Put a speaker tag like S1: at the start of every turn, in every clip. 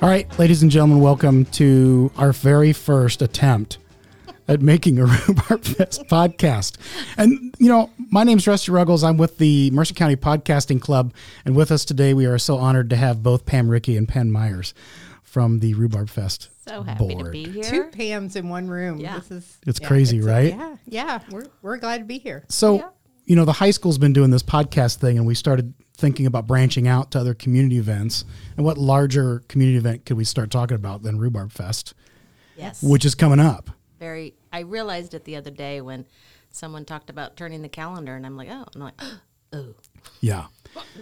S1: All right, ladies and gentlemen, welcome to our very first attempt at making a Rhubarb Fest podcast. And, you know, my name's Rusty Ruggles. I'm with the Mercer County Podcasting Club. And with us today, we are so honored to have both Pam Ricky and Pam Myers from the Rhubarb Fest.
S2: So happy to
S1: board.
S2: be
S3: Two
S2: here.
S3: Pams in one room.
S2: Yeah.
S3: This is
S1: It's
S3: yeah,
S1: crazy, right?
S3: Yeah, yeah. We're we're glad to be here.
S1: So,
S2: Yeah.
S1: you know, the high school's been doing this podcast thing, and we started thinking about branching out to other community events. And what larger community event could we start talking about than Rhubarb Fest,
S2: Yes.
S1: which is coming up?
S2: Very. I realized it the other day when someone talked about turning the calendar, and I'm like, oh, I'm like, oh,
S1: Yeah.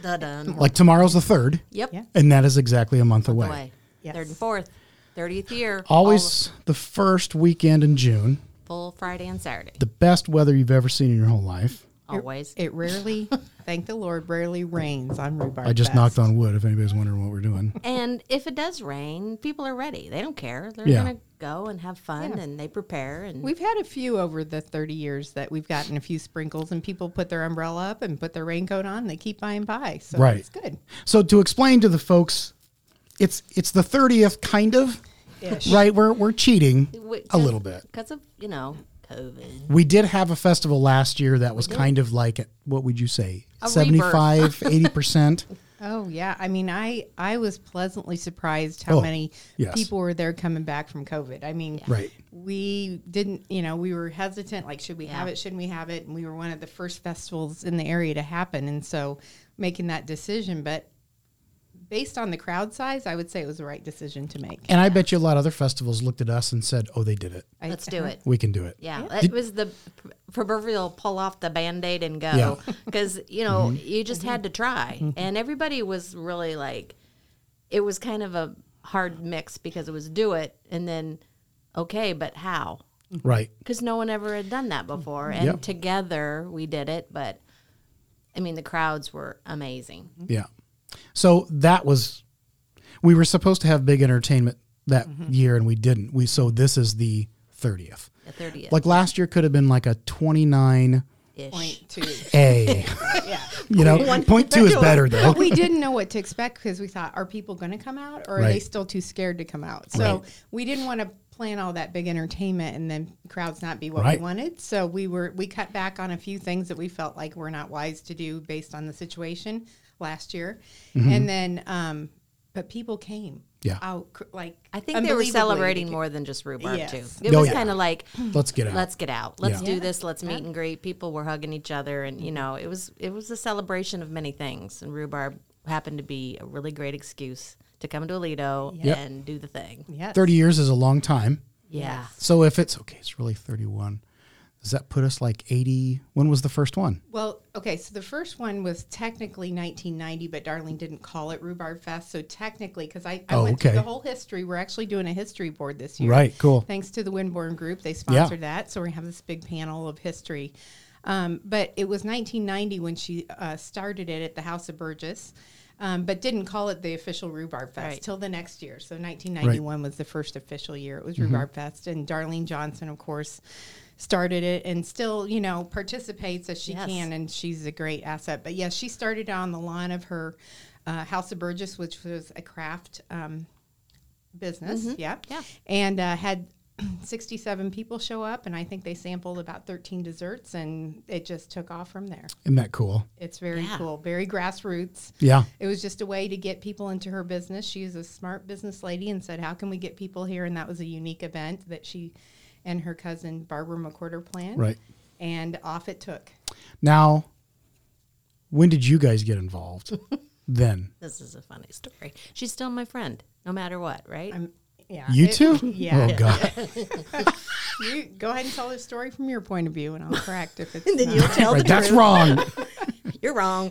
S2: da dun.
S1: Like tomorrow's the third,
S2: Yep.
S3: Yeah.
S1: and that is exactly a month away.
S2: Way.
S3: Yes.
S2: Third and fourth, thirtieth year.
S1: Always the first weekend in June,
S2: all full Friday and Saturday.
S1: the best weather you've ever seen in your whole life.
S2: Always.
S3: It rarely, thank the Lord, rarely rains on rhubarb.
S1: I just
S3: Fest.
S1: knocked on wood if anybody's wondering what we're doing.
S2: And if it does rain, people are ready. They don't care. They're
S1: Yeah.
S2: gonna go and have fun, and they prepare. And
S3: We've had a few over the thirty years that we've gotten a few sprinkles, and people put their umbrella up and put their raincoat on. They keep buying by, so
S1: Right.
S3: it's good.
S1: So to explain to the folks, it's it's the 30th kind of. Right, we're we're cheating a little bit.
S2: because of you know COVID.
S1: We did have a festival last year that was kind of like at- what would you say?
S2: A rebirth.
S1: 75, 80%.
S3: Oh yeah, I mean, I I was pleasantly surprised how
S1: Oh,
S3: many
S1: yes.
S3: people were there coming back from COVID. I mean,
S1: Right.
S3: We didn't, you know, we were hesitant. Like, should we have
S2: Yeah.
S3: it? Shouldn't we have it? And we were one of the first festivals in the area to happen, and so making that decision. But based on the crowd size, I would say it was the right decision to make.
S1: And I bet you a lot of other festivals looked at us and said, "Oh, they did it.
S3: I-
S2: Let's do it.
S1: We can do it."
S2: Yeah, it was the pr- proverbial pull off the band aid and go
S1: Yeah. Mm-hmm.
S2: because you know you just had to try, and everybody was really like, it was kind of a hard mix because it was do it and then okay, but how?
S1: Right.
S2: Because no one ever had done
S1: Mm-hmm.
S2: that before, and
S1: Yep.
S2: together we did it. But I mean, the crowds were amazing.
S1: Yeah. So that was we were supposed to have big entertainment that
S3: Mm-hmm.
S1: year and we didn't. We so this is the 30th.
S2: The thirtieth
S1: Like last year could have been like a 29A,
S2: ish.
S3: Point two. Yeah.
S1: you know. Point 2 is better though.
S3: But we didn't know what to expect because we thought, are people going to come out or are they
S1: Right.
S3: still too scared to come out? So
S1: Right.
S3: we didn't want to plan all that big entertainment and then crowds not be what
S1: Right.
S3: we wanted. So we were we cut back on a few things that we felt like were not wise to do based on the situation last year, and then um, but people came.
S1: Mm-hmm. Yeah.
S3: out cr- like
S2: I think they were
S3: unbelievably.
S2: celebrating more than just rhubarb
S3: Yes.
S2: too. It
S1: Oh,
S2: was
S1: yeah.
S2: kind of like
S1: Let's get out.
S2: Let's get out. Let's
S1: Yeah.
S2: do this. Let's meet and greet. People were hugging each other, and you know, it was it was a celebration of many things. And rhubarb happened to be a really great excuse to come to Alito
S1: Yep.
S2: and do the thing.
S3: Yes.
S1: 30 years is a long time.
S2: Yeah,
S1: So if it's okay, it's really 31. Does that put us like 80? When was the first one?
S3: Well, okay, so the first one was technically 1990, but Darling didn't call it Rhubarb Fest. So technically, because I, I
S1: Oh,
S3: went
S1: okay.
S3: through the whole history, we're actually doing a history board this year.
S1: Right, cool.
S3: Thanks to the Winborn Group, they sponsored that. So we have this big panel of history. Um, but it was 1990 when she uh, started it at the House of Burgess, um, but didn't call it the official Rhubarb Fest
S2: Right.
S3: till the next year. So 1991 was the first official year. It was
S1: Mm-hmm.
S3: Rhubarb Fest, and Darlene Johnson, of course, started it and still, you know, participates as she
S2: Yes.
S3: can, and she's a great asset. But yes, she started on the lawn of her uh, House of Burgess, which was a craft um, business. Yeah.
S2: Mm-hmm. Yeah.
S3: And uh, had 67 people show up, and I think they sampled about 13 desserts, and it just took off from there.
S1: Isn't that cool?
S3: It's very
S2: Yeah.
S3: cool, very grassroots.
S1: Yeah.
S3: It was just a way to get people into her business. She is a smart business lady and said, How can we get people here? And that was a unique event that she and her cousin Barbara McCorder planned.
S1: Right.
S3: And off it took.
S1: Now, when did you guys get involved? then.
S2: this is a funny story. She's still my friend, no matter what, right?
S3: Yeah.
S1: You
S3: Uh, It-
S1: too?
S3: Yeah.
S1: Oh god.
S3: You go ahead and tell the story from your point of view, and I'll correct if it's.
S2: then
S3: not.
S2: you'll tell
S1: Right,
S2: the
S1: that's
S2: truth.
S1: wrong.
S2: You're wrong.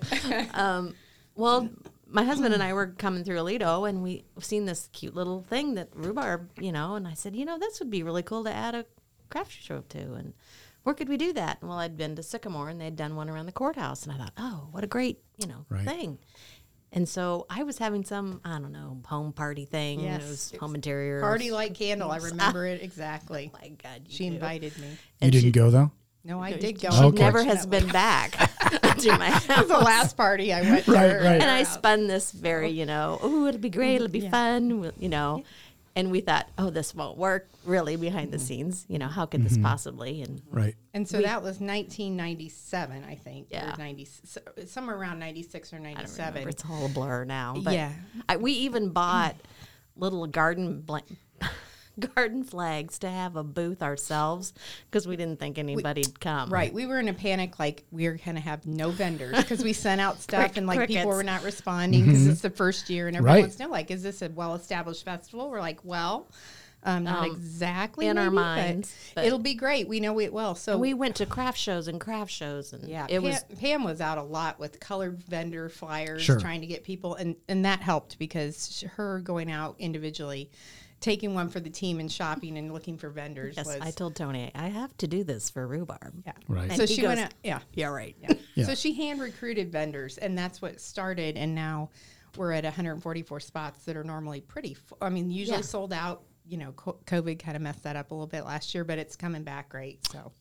S2: um, well, my husband and I were coming through Alito, and we seen this cute little thing that rhubarb, you know. And I said, you know, this would be really cool to add a craft show to, and where could we do that? And well, I'd been to Sycamore, and they'd done one around the courthouse, and I thought, oh, what a great, you know,
S1: Right.
S2: thing. And so I was having some, I don't know, home party thing.
S3: Yes.
S2: It was home interior.
S3: Party like candle. I remember it exactly.
S2: my God, you
S3: She
S2: do.
S3: invited me.
S1: You didn't go though?
S3: Oh, No, I did go.
S2: She never
S3: unfortunately.
S2: has been back. to my house.
S3: the last party I went
S1: Right,
S3: to.
S1: right.
S2: And I spun this very, you know, oh, it'll be great, it'll be fun, we'll- you know. And we thought, oh, this won't work really behind
S3: Mm-hmm.
S2: the scenes. You know, how could this possibly? And
S1: Right.
S3: And so that was 1997, I think.
S2: Yeah.
S3: Or 90, so- somewhere around 96 or
S2: I don't
S3: 97.
S2: remember. It's all a blur now. But
S3: Yeah.
S2: I, we even bought little garden bla- garden flags to have a booth ourselves because we didn't think anybody'd come.
S3: Right. We were in a panic, like we are going to have no vendors because we sent out stuff and like people
S2: crickets.
S3: were not responding because it's the first year and
S1: Mm-hmm. Right.
S3: everyone's no like, is this a well-established festival? We're like, well, um, not exactly
S2: in our
S3: maybe, but
S2: minds, but-
S3: it'll be great. We know it well. So
S2: We went to craft shows and craft shows, and
S3: yeah,
S2: it
S3: Pam,
S2: was
S3: Pam was out a lot with colored vendor flyers,
S1: Sure.
S3: trying to get people, and and that helped because sh- her going out individually, taking one for the team and shopping and looking for vendors
S2: Yes,
S3: was.
S2: I told Tony I have to do this for rhubarb.
S3: yeah.
S1: Right.
S3: So
S2: And he
S3: she went
S2: goes-
S3: out. Yeah.
S2: Yeah, right.
S1: Yeah.
S3: So she hand recruited vendors, and that's what started. And now we're at 144 spots that are normally pretty. F- I mean, usually
S2: Yeah.
S3: sold out. You know, co- COVID kind of messed that up a little bit last year, but it's coming back great. So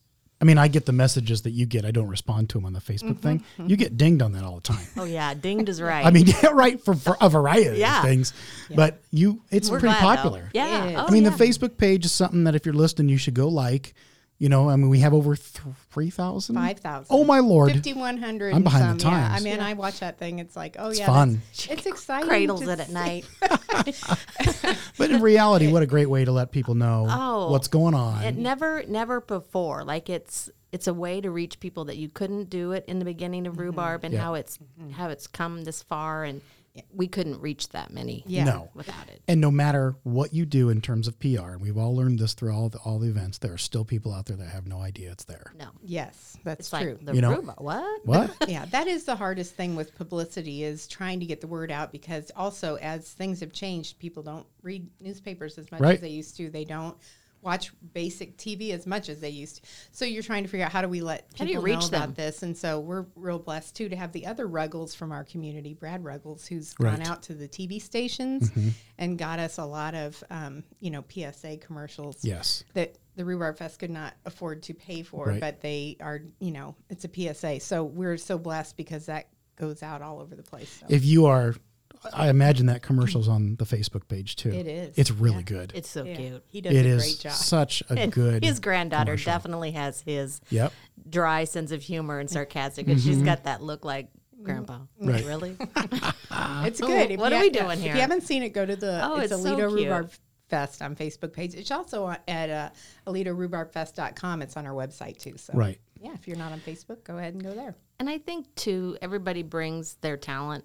S1: I mean, I get the messages that you get. I don't respond to them on the Facebook thing. You get dinged on that all the time.
S2: Oh yeah, dinged is Mm-hmm, right.
S1: I mean, yeah, right for, for a variety
S2: Yeah.
S1: of things, but you it's
S2: We're
S1: pretty
S2: glad, though.
S1: popular.
S2: Yeah.
S3: It is.
S2: Oh,
S1: I mean,
S2: yeah.
S1: the Facebook page is something that if you're listening, you should go like. You know, I mean, we have over three thousand.
S3: 5,000.
S1: Oh my lord!
S3: 5,100.
S1: I'm behind
S3: and
S1: the
S3: some, yeah.
S1: times.
S3: I mean, I watch that thing. It's like, oh, yeah.
S1: fun.
S3: that's- It's exciting.
S2: cradles
S3: to
S2: it at
S3: see.
S2: night.
S1: But in reality, what a great way to let people know
S2: Oh.
S1: what's going on.
S2: It never, never before. Like it's, it's a way to reach people that you couldn't do it in the beginning
S3: Mm-hmm.
S2: of rhubarb, and
S1: Yeah.
S2: how it's, how it's come this far, and we couldn't reach that many.
S3: Yeah.
S1: No.
S2: Without it.
S1: And no matter what you do in terms of PR, and we've all learned this through all the, all the events, there are still people out there that have no idea it's there.
S2: No.
S3: Yes, that's
S2: It's
S3: true.
S2: like the
S1: You know-
S2: rhubarb. What?
S1: What?
S3: yeah, that is the hardest thing with publicity is trying to get the word out because also as things have changed, people don't read newspapers as much
S1: Right.
S3: as they used to. They don't watch basic TV as much as they used to. So you're trying to figure out how do we let people
S2: How do you
S3: know
S2: reach them?
S3: about this? And so we're real blessed too to have the other Ruggles from our community, Brad Ruggles, who's
S1: Right. Mm-hmm.
S3: gone out to the TV stations and got us a lot of um, you know PSA commercials
S1: Yes.
S3: that the Rhubarb Fest could not afford to pay for,
S1: Right.
S3: but they are, you know, it's a PSA. So we're so blessed because that goes out all over the place. So.
S1: If you are, I imagine that commercial's on the Facebook page too.
S3: It is,
S1: It's really good.
S2: It's so
S3: Yeah.
S2: cute.
S3: He does
S1: It
S3: a
S1: is
S3: great job.
S1: such a
S2: And
S1: good.
S2: his granddaughter definitely has his
S1: Yep.
S2: dry sense of humor and sarcastic, and she's got that look like grandpa.
S1: Mm-hmm.
S3: Mm-hmm.
S1: Right.
S2: Really?
S3: It's good. If
S2: what
S3: you
S2: are we
S3: ha-
S2: doing
S3: If
S2: here?
S3: you haven't seen it, go to the
S2: Oh,
S3: it's,
S2: it's so
S3: Alito
S2: cute.
S3: Rhubarb Fest on Facebook page. It's also on- at uh, alitorhubarbfest.com. It's on our website too. So
S1: Right.
S3: yeah, if you're not on Facebook, go ahead and go there.
S2: And I think too, everybody brings their talent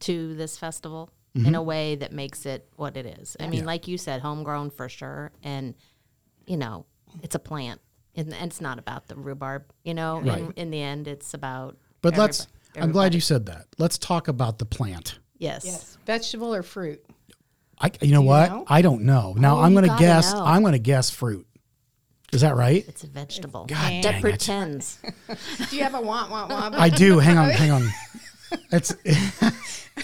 S2: to this festival
S1: Mm-hmm.
S2: in a way that makes it what it is. I mean, like you said, homegrown for sure, and you know, it's a plant, and, and it's not about the rhubarb. You know, in,
S1: Right.
S2: in the end, it's about
S1: But let's. I'm glad you said that. Let's talk about the plant.
S2: yes,
S3: Yes. Vegetable or fruit?
S1: I, you know what?
S3: know?
S1: I don't know. Now
S2: Oh,
S1: I'm
S2: you
S1: going to
S2: gotta
S1: guess.
S2: know.
S1: I'm going to guess fruit. Is that right?
S2: it's a vegetable
S1: God dang
S2: that
S1: it.
S2: pretends.
S3: Do you have a want, want, want?
S1: I do. Hang on. Hang on. It's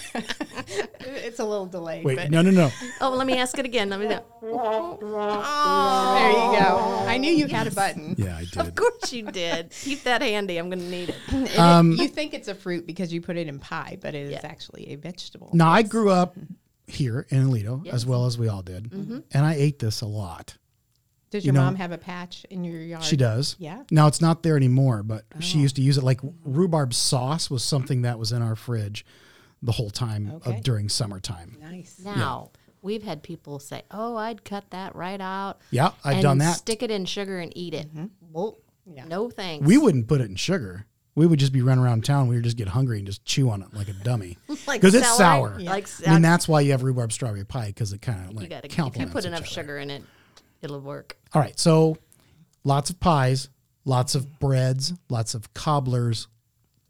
S3: it's a little delayed.
S1: wait.
S3: but.
S1: No. No. No.
S2: oh, let me ask it again. Let me. Know.
S3: There you go. I knew you had a button.
S1: Yeah, I did.
S2: Of course you did. Keep that handy. I'm going to need it.
S3: It-
S1: Um,
S3: you think it's a fruit because you put it in pie, but it is actually a vegetable.
S1: Now I grew up here in Alito, as well as we all did,
S2: Mm-hmm.
S1: and I ate this a lot.
S3: Does
S1: you
S3: your
S1: know-
S3: mom have a patch in your yard?
S1: She does.
S3: Yeah.
S1: Now it's not there anymore, but she
S2: Oh.
S1: used to use it. Like
S2: Mm-hmm.
S1: rhubarb sauce was something that was in our fridge the whole time
S3: Okay.
S1: of, during summertime.
S3: Nice.
S2: Now we've had people say, "Oh, I'd cut that right out."
S1: Yeah, I've
S2: and
S1: done that.
S2: Stick it in sugar and eat it. Well, no thanks.
S1: We wouldn't put it in sugar. We would just be running around town. We would just get hungry and just chew on it like a dummy because
S2: Like
S1: it's
S2: celery?
S1: sour.
S2: Yeah. Like
S1: I mean,
S2: sal-
S1: that's why you have rhubarb strawberry pie because it kind of
S2: you
S1: like
S2: gotta, if you
S1: complements
S2: put
S1: each
S2: enough
S1: other.
S2: sugar in it, it'll work.
S1: All right, so lots of pies, lots of breads, lots of cobblers,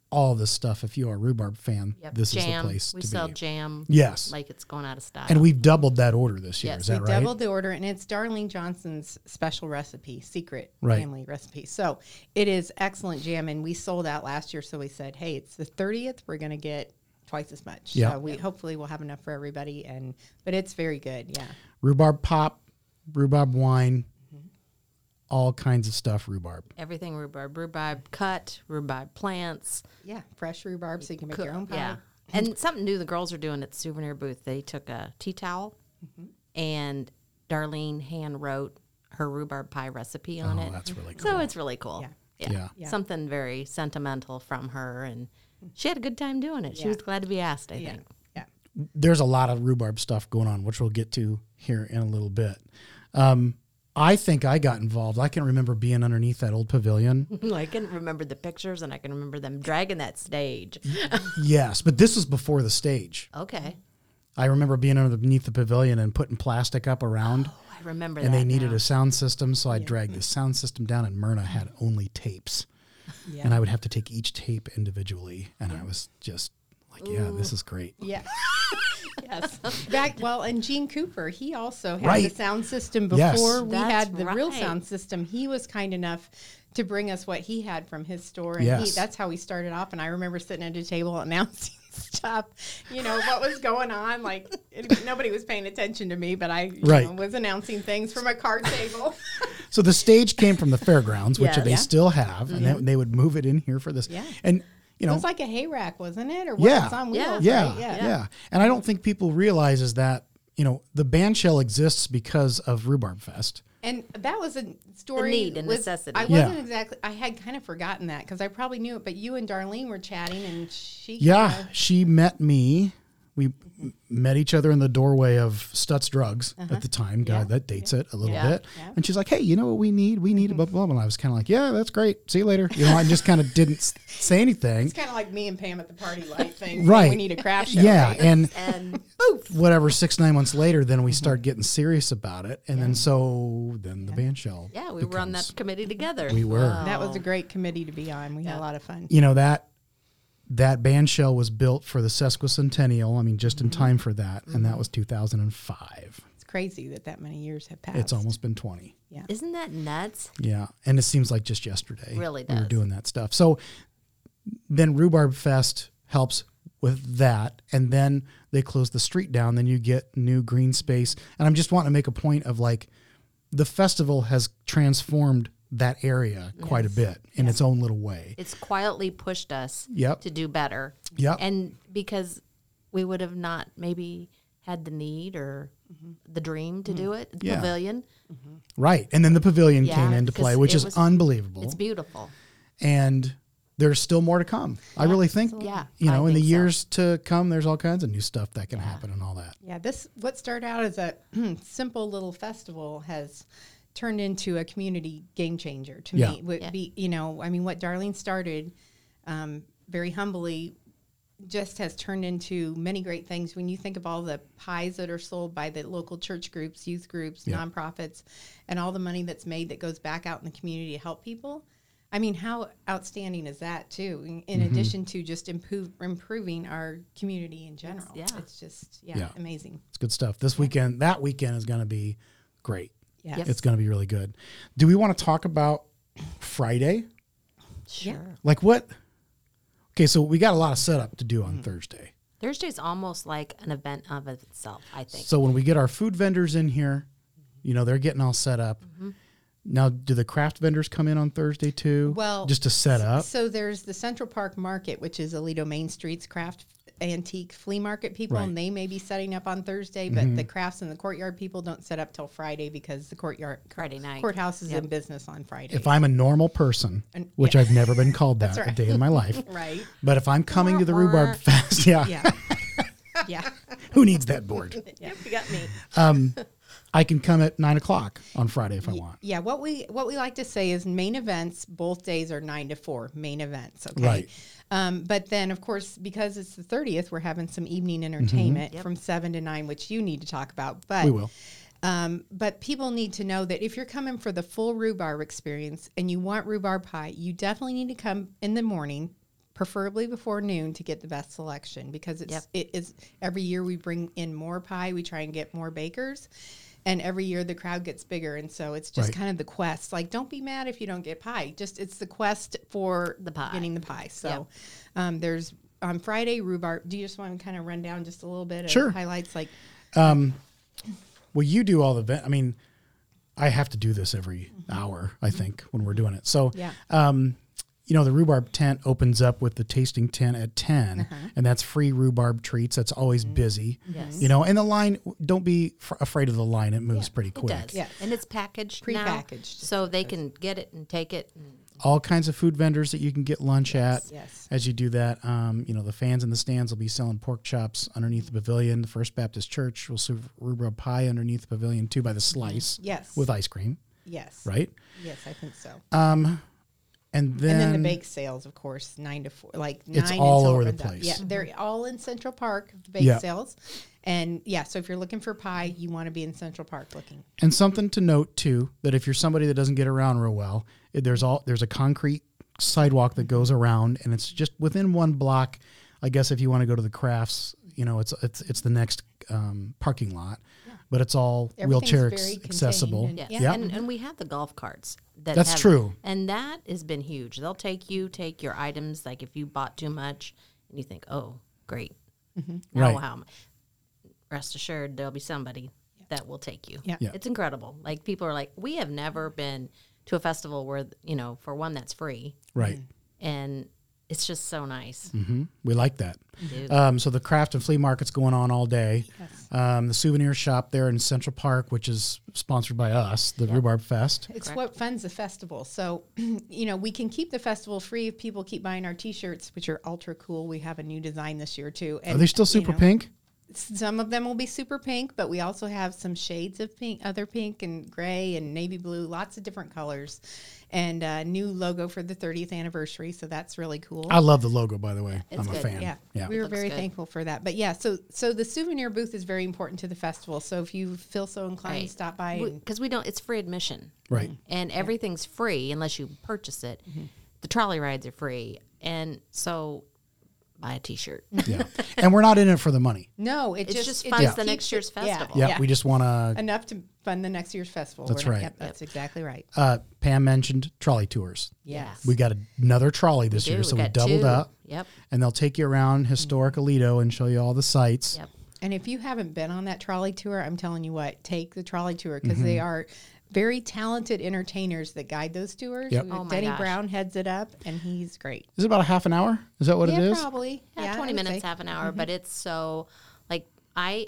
S1: all this stuff. If you are a rhubarb fan,
S2: Yep.
S1: this
S2: jam.
S1: is the place
S2: we
S1: to
S2: sell
S1: be.
S2: jam.
S1: Yes.
S2: like it's going out of style.
S1: and we've doubled that order this year.
S2: Yes,
S1: is
S3: We
S1: that right?
S3: doubled the order, and it's Darlene Johnson's special recipe, secret
S1: Right.
S3: family recipe. So it is excellent jam, and we sold out last year. So we said, hey, it's the thirtieth. We're going to get twice as much.
S1: Yeah.
S3: So we hopefully we'll have enough for everybody, and but it's very good. Yeah.
S2: Mm-hmm.
S1: Rhubarb pop, rhubarb wine, all kinds of stuff rhubarb.
S2: Everything rhubarb, rhubarb cut, rhubarb plants.
S3: Yeah, fresh rhubarb, so you can make your own pie.
S2: Yeah. And something new the girls are doing at the souvenir booth. They took a tea towel
S3: Mm-hmm.
S2: and Darlene hand wrote her rhubarb pie recipe on
S1: Oh,
S2: it.
S1: that's really
S2: So it's really cool.
S3: Yeah.
S2: Mm-hmm. Yeah.
S1: Yeah.
S3: Yeah.
S2: Something very sentimental from her and she had a good time doing it. She
S3: Yeah.
S2: was glad to be asked, I
S3: Yeah.
S2: think.
S3: Yeah.
S1: There's a lot of rhubarb stuff going on, which we'll get to here in a little bit. Um, I think I got involved. I can remember being underneath that old pavilion.
S2: I can remember the pictures and I can remember them dragging that stage.
S1: yes, but this was before the stage.
S2: Okay.
S1: I remember being underneath the pavilion and putting plastic up around,
S2: Oh, I remember
S1: and
S2: that.
S1: they needed
S2: now.
S1: a sound system, so I dragged the sound system down, and Myrna had only tapes,
S3: Yeah.
S1: and I would have to take each tape individually, and I was just like, "Yeah, this is great."
S3: Yeah. yes. Back well, and Gene Cooper, he also had
S1: Right.
S3: the sound system before
S1: Yes.
S3: we
S2: That's
S3: had the real
S2: right.
S3: sound system. He was kind enough to bring us what he had from his store, and he,
S1: Yes.
S3: that's how we started off. And I remember sitting at a table announcing stuff, you know, what was going on. Like it, nobody was paying attention to me, but I you
S1: Right.
S3: know, was announcing things from a card table.
S1: So the stage came from the fairgrounds, which
S2: Yes.
S1: they
S2: Yeah.
S1: still have, and they, they would move it in here for this.
S3: Mm-hmm. Yeah.
S1: And you
S3: it
S1: know,
S3: was like a hay rack, wasn't it? Or what?
S1: Yeah.
S3: It's on
S2: Yeah.
S3: wheels,
S1: yeah,
S3: right?
S1: yeah,
S3: yeah.
S1: And I don't think people realize is that you know the band shell exists because of Rhubarb Fest.
S3: And that was a story.
S2: need and
S3: was-
S2: necessity.
S3: I
S1: Yeah.
S3: wasn't exactly. I had kind of forgotten that because I probably knew it, but you and Darlene were chatting, and she.
S1: Yeah,
S3: kinda-
S1: she met me. We m- met each other in the doorway of Stutz Drugs at the time. God, that dates it a little
S2: Uh-huh. Yeah. Mm-hmm.
S1: bit.
S3: Yeah.
S1: And she's like, "Hey, you know what we need? We need a blah blah blah." And I was kind of like, "Yeah, that's great. See you later." You know, I just kind of didn't s- say anything.
S3: it's kind of like me and Pam at the party light thing.
S1: Right.
S3: We need a craft show.
S1: Yeah, and
S2: and
S1: whatever six nine months later, then we start getting serious about it, and then so then the band shell.
S2: Mm-hmm. yeah, we were on that
S1: becomes-
S2: committee together.
S1: We were.
S3: That was a great committee to be on. We had a lot of fun.
S1: you know that that band shell was built for the sesquicentennial. I mean, just
S2: Mm-hmm.
S1: in time for that, and that was two thousand and five.
S3: It's crazy that that many years have passed.
S1: It's almost been twenty.
S3: Yeah.
S2: Isn't that nuts?
S1: Yeah, and it seems like just yesterday.
S2: Really
S1: we were
S2: does.
S1: doing that stuff. So then Rhubarb Fest helps with that, and then they close the street down. Then you get new green space, and I'm just wanting to make a point of like the festival has transformed that area quite a bit in its own little way.
S2: It's quietly pushed us
S1: Yep.
S2: to do better.
S1: Yep.
S2: And because we would have not maybe had the need or
S3: Mm-hmm.
S2: the dream to
S3: Mm.
S2: do it, the
S1: Yeah.
S2: pavilion,
S1: Right, and then the pavilion
S2: Yeah,
S1: came into play,
S2: 'cause
S1: which
S2: it
S1: is
S2: was-
S1: unbelievable.
S2: it's beautiful.
S1: and there's still more to come. I really think,
S2: Yeah,
S1: you
S2: I
S1: know, in the
S2: think so.
S1: years to come, there's all kinds of new stuff that can happen and all that.
S3: Yeah, this what started out as a simple little festival has turned into a community game changer to
S1: Yeah.
S3: me. Would
S2: Yeah.
S3: be you know, I mean, what Darlene started um, very humbly just has turned into many great things. When you think of all the pies that are sold by the local church groups, youth groups,
S1: Yeah.
S3: nonprofits, and all the money that's made that goes back out in the community to help people. I mean, how outstanding is that too? In, in
S1: Mm-hmm.
S3: addition to just improve, improving our community in general,
S2: yeah.
S3: it's just
S1: Yeah.
S3: yeah. amazing.
S1: It's good stuff. This weekend, that weekend is going to be great.
S3: Yeah.
S2: Yes.
S1: It's going to be really good. Do we want to talk about Friday?
S2: Sure.
S1: Like what? Okay, so we got a lot of setup to do on Thursday.
S2: Thursday's almost like an event of itself, I think.
S1: So when we get our food vendors in here, you know, they're getting all set up. Now, do the craft vendors come in on Thursday too?
S3: Well,
S1: just to set up.
S3: So there's the Central Park Market, which is Alito Main Street's craft antique flea market people,
S1: Right. Mm-hmm.
S3: and they may be setting up on Thursday, but the crafts and the courtyard people don't set up till Friday because the courtyard
S2: Friday night.
S3: courthouse is in business on Friday.
S1: if I'm a normal person, which I've never been called that a day in my life,
S3: right.
S1: but if I'm coming to the rhubarb fest, yeah,
S3: Yeah. yeah.
S1: who needs that board?
S2: Yep, you got me.
S1: I can come at nine o'clock on Friday if I want.
S3: Yeah, what we what we like to say is main events both days are 9 to 4 main events, okay?
S1: Right.
S3: Um, but then of course because it's the 30th, we're having some evening entertainment from 7 to 9 which you need to talk about, but
S1: Mm-hmm. We will.
S3: Um, but people need to know that if you're coming for the full rhubarb experience and you want rhubarb pie, you definitely need to come in the morning, preferably before noon, to get the best selection because it's it is every year we bring in more pie, we try and get more bakers, and every year the crowd gets bigger, and so it's just
S1: Right.
S3: kind of the quest. Like, don't be mad if you don't get pie. Just it's the quest for
S2: The pie.
S3: getting the pie. So um, there's on Friday rhubarb. Do you just want to kind of run down just a little bit of
S1: Sure.
S3: highlights like
S1: Well, you do all the, ve- I mean, I have to do this every hour, I think, when we're doing it. So,
S3: Mm-hmm. Yeah.
S1: um, you know, the rhubarb tent opens up with the tasting tent at 10,
S3: Uh-huh.
S1: and that's free rhubarb treats. That's always
S3: Mm-hmm.
S1: busy.
S2: Yes.
S1: You know, and the line, don't be f- afraid of the line. It moves pretty
S2: It
S1: quick.
S2: does.
S3: Yeah.
S2: And it's packaged now,
S3: Prepackaged.
S2: So they can get it and take it. And
S1: all kinds of food vendors that you can get lunch at.
S3: yes.
S1: As you do that, um, you know the fans in the stands will be selling pork chops underneath the pavilion. The First Baptist Church will serve rhubarb pie underneath the pavilion too by the slice.
S3: Mm-hmm. Yes.
S1: with ice cream,
S3: Yes.
S1: right?
S3: Yes, I think so.
S1: Um, And then,
S3: and then the bake sales, of course, nine to four, like nine.
S1: It's all
S3: until it
S1: over the
S3: runs out.
S1: place.
S3: Yeah, they're all in Central Park the bake
S1: Yeah.
S3: sales, and yeah. So if you're looking for pie, you want to be in Central Park looking.
S1: and something to note too that if you're somebody that doesn't get around real well, it- there's all there's a concrete sidewalk that goes around, and it's just within one block. I guess if you want to go to the crafts, you know, it's it's it's the next um, parking lot, but it's all
S3: Everything's
S1: wheelchair
S3: very
S1: ex-
S3: contained
S1: accessible.
S3: and-
S2: yeah.
S3: Yeah.
S1: Yep.
S2: And, and we have the golf carts. That
S1: That's
S2: have-
S1: true.
S2: And that has been huge. They'll take you, take your items. Like if you bought too much and you think, oh, great.
S3: Mm-hmm.
S2: Now
S1: Right.
S2: how am I-" Rest assured, there'll be somebody that will take you.
S3: Yeah.
S1: Yeah.
S2: It's incredible. Like people are like, we have never been to a festival where, you know, for one that's free.
S1: Right.
S2: And it's just so nice.
S1: hmm We like that.
S2: do.
S1: Um, so the craft and flea market's going on all day. Um, the souvenir shop there in Central Park, which is sponsored by us, the Rhubarb Fest.
S3: It's what funds the festival. So, you know, we can keep the festival free if people keep buying our T-shirts, which are ultra cool. We have a new design this year too. And,
S1: Are they still
S3: you
S1: super
S3: know,
S1: pink?
S3: Some of them will be super pink, but we also have some shades of pink, other pink and gray and navy blue, lots of different colors, and a new logo for the 30th anniversary. So that's really cool.
S1: I love the logo, by the way. I'm a
S2: good.
S1: fan.
S3: Yeah.
S1: Yeah.
S3: We were
S2: Looks
S3: very
S2: good.
S3: thankful for that. But yeah, so so the souvenir booth is very important to the festival. So if you feel so inclined, stop by. And,
S2: Because we don't, it's free admission.
S1: Right.
S2: and everything's free unless you purchase it.
S1: Mm-hmm.
S2: The trolley rides are free, and so buy a T-shirt.
S1: Yeah. and we're not in it for the money.
S3: no, it
S2: It
S3: just,
S2: just
S3: it
S2: funds the
S3: keeps
S2: next year's
S3: it- yeah,
S2: festival.
S1: Yeah.
S3: Yeah.
S1: We just want to.
S3: enough to fund the next year's festival.
S1: That's
S3: We're
S1: right.
S3: yep, that's exactly right.
S1: Uh, Pam mentioned trolley tours.
S3: Yes.
S1: We got another trolley this
S2: Dude,
S1: year, so we,
S2: got
S1: doubled
S2: two.
S1: up.
S2: Yep,
S1: And they'll take you around
S3: Mm-hmm.
S1: historic Alito and show you all the sites.
S2: yep.
S3: And if you haven't been on that trolley tour, I'm telling you what, take the trolley tour because they
S1: Mm-hmm.
S3: are very talented entertainers that guide those tours.
S1: Yep.
S3: We-
S2: Oh my
S3: Denny
S2: gosh.
S3: Brown heads it up, and he's great.
S1: Is it about a half an hour? Is that what
S3: yeah,
S1: it is?
S3: probably.
S2: Yeah, twenty
S3: I Mm-hmm. would
S2: minutes,
S3: say.
S2: half an hour, but it's so like I